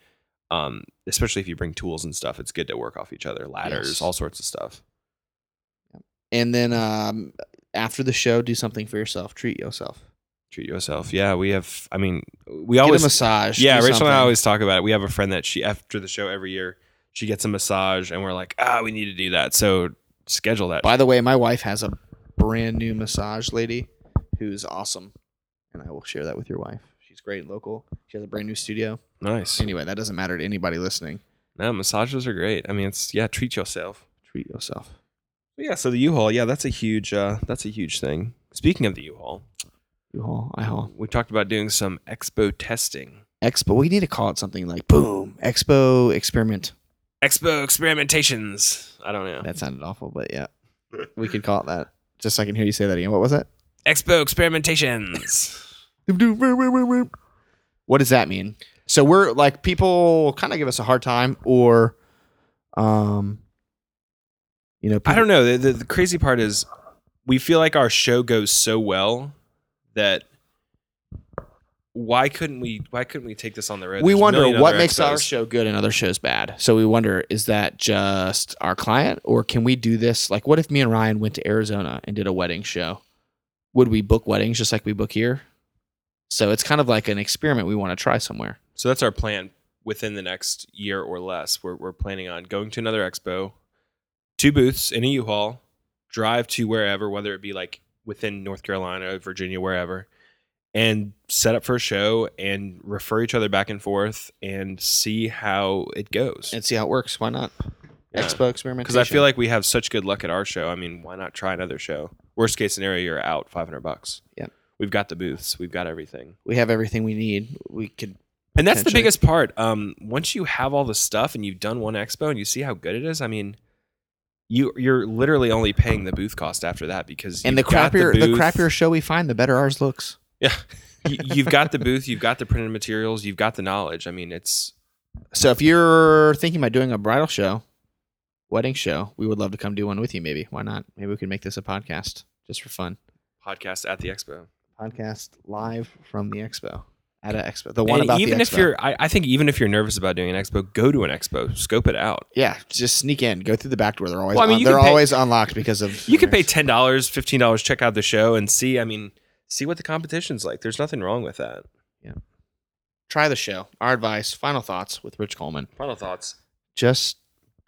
B: um, especially if you bring tools and stuff, it's good to work off each other, ladders,
A: Yes.
B: all sorts of stuff.
A: And then um, after the show, do something for yourself. Treat yourself.
B: Treat yourself. Yeah, we have. I mean, we
A: Get
B: always
A: a massage.
B: Yeah,
A: do
B: Rachel and I
A: something.
B: always talk about it. We have a friend that she after the show every year she gets a massage, and we're like, ah, we need to do that. So schedule that.
A: By the way, my wife has a brand new massage lady who's awesome, and I will share that with your wife. She's great, local. She has a brand new studio.
B: nice.
A: Anyway, that doesn't matter to anybody listening.
B: No, massages are great. I mean, it's yeah, treat yourself.
A: Treat yourself.
B: But yeah. So the U-Haul, yeah, that's a huge, uh, that's a huge thing. Speaking of the U-Haul,
A: You haul, I haul.
B: we talked about doing some expo testing,
A: Expo. We need to call it something like boom. Expo experiment.
B: expo experimentations. I don't know.
A: That sounded awful, but yeah, we could call it that. Just so I can hear you say that again. What was that?
B: Expo experimentations.
A: What does that mean? So we're like people kind of give us a hard time, or, um, you know,
B: I don't know. The, the, the crazy part is we feel like our show goes so well that why couldn't we why couldn't we take this on the road?
A: we
B: There's a
A: wonder
B: million
A: what
B: other
A: makes our
B: expos.
A: show good and other shows bad. So we wonder is that just our client or can we do this? Like, what if me and Ryan went to Arizona and did a wedding show? Would we book weddings just like we book here? So it's kind of like an experiment we want to try somewhere.
B: So that's our plan within the next year or less. We're we're planning on going to another expo, two booths in a U-Haul, drive to wherever, whether it be like within North Carolina, Virginia, wherever, and set up for a show and refer each other back and forth and see how it goes.
A: and see how it works. Why not?
B: Yeah.
A: Expo experimentation.
B: Because I feel like we have such good luck at our show. I mean, why not try another show? Worst case scenario, you're out five hundred bucks.
A: Yeah.
B: we've got the booths, we've got everything,
A: we have everything we need. We could.
B: and that's the
A: Potentially.
B: biggest part. Um, once you have all the stuff and you've done one expo and you see how good it is, I mean, you you're literally only paying the booth cost after that because
A: And the
B: you've got
A: crappier, the,
B: booth,
A: crappier show we find, the better ours looks.
B: yeah, <laughs> you, you've got the booth, you've got the printed materials, you've got the knowledge. I mean, it's
A: So if you're thinking about doing a bridal show, wedding show, we would love to come do one with you. Maybe why not? Maybe we could make this a podcast just for fun.
B: podcast at the expo.
A: Podcast live from the expo at an expo. The one
B: And
A: about
B: even
A: the
B: if
A: expo.
B: you're, I, I think even if you're nervous about doing an expo, go to an expo, scope it out.
A: yeah, just sneak in, go through the back door. They're always
B: Well, I mean,
A: on-
B: you
A: they're
B: can pay-
A: always unlocked because of
B: you could pay ten dollars, fifteen dollars, check out the show and see. I mean, see what the competition's like. There's nothing wrong with that.
A: try the show. Our advice, final thoughts with Rich Coleman.
B: Final thoughts.
A: Just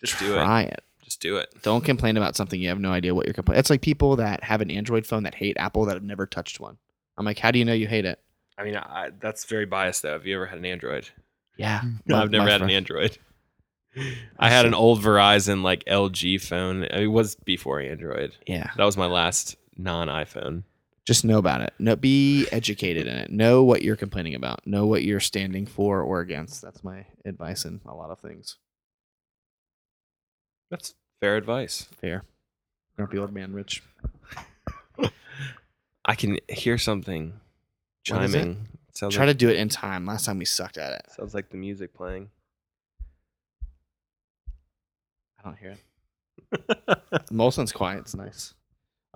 B: Just do it.
A: try it.
B: Just do it.
A: Don't complain about something you have no idea what you're complaining. It's like people that have an Android phone that hate Apple that have never touched one. I'm like, how do you know you hate it?
B: I mean, I, that's very biased though. Have you ever had an Android?
A: Yeah,
B: I've never had an Android. I had an old Verizon like LG phone. It was before Android.
A: Yeah,
B: That was my last non-iPhone.
A: just know about it. No, be educated in it. Know what you're complaining about. Know what you're standing for or against. That's my advice in a lot of things.
B: That's fair advice.
A: Fair. Grumpy old man, Rich.
B: I can hear something
A: What is it?
B: chiming. Sounds
A: Try
B: like,
A: to do it in time. Last time we sucked at it.
B: sounds like the music playing.
A: I don't hear it. Molson's quiet. It's nice.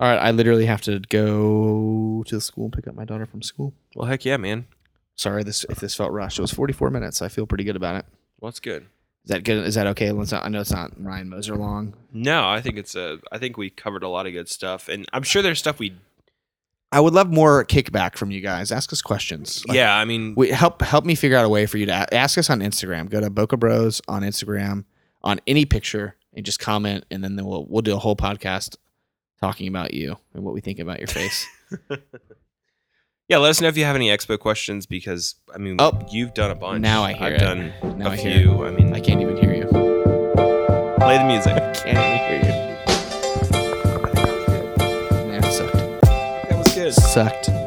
A: All right, I literally have to go to the school and pick up my daughter from school.
B: well, heck yeah, man.
A: Sorry this if this felt rushed. It was 44 minutes. I feel pretty good about it.
B: Well, it's good.
A: Is that good? Is that okay? Let's not, I know it's not Ryan Moser long.
B: No, I think it's a. I think we covered a lot of good stuff, and I'm sure there's stuff we.
A: I would love more kickback from you guys. Ask us questions. Like,
B: yeah, I mean,
A: we, help help me figure out a way for you to a- ask us on Instagram. Go to Boca Bros on Instagram on any picture and just comment, and then we'll we'll do a whole podcast talking about you and what we think about your face.
B: yeah. Let us know if you have any expo questions because I mean,
A: Oh.
B: you've done a bunch.
A: Now I hear
B: I've
A: it.
B: done
A: Now
B: a
A: I hear it.
B: few. I mean,
A: I can't even hear you.
B: play the music.
A: Can't even hear you. That sucked.
B: that was good.
A: Sucked.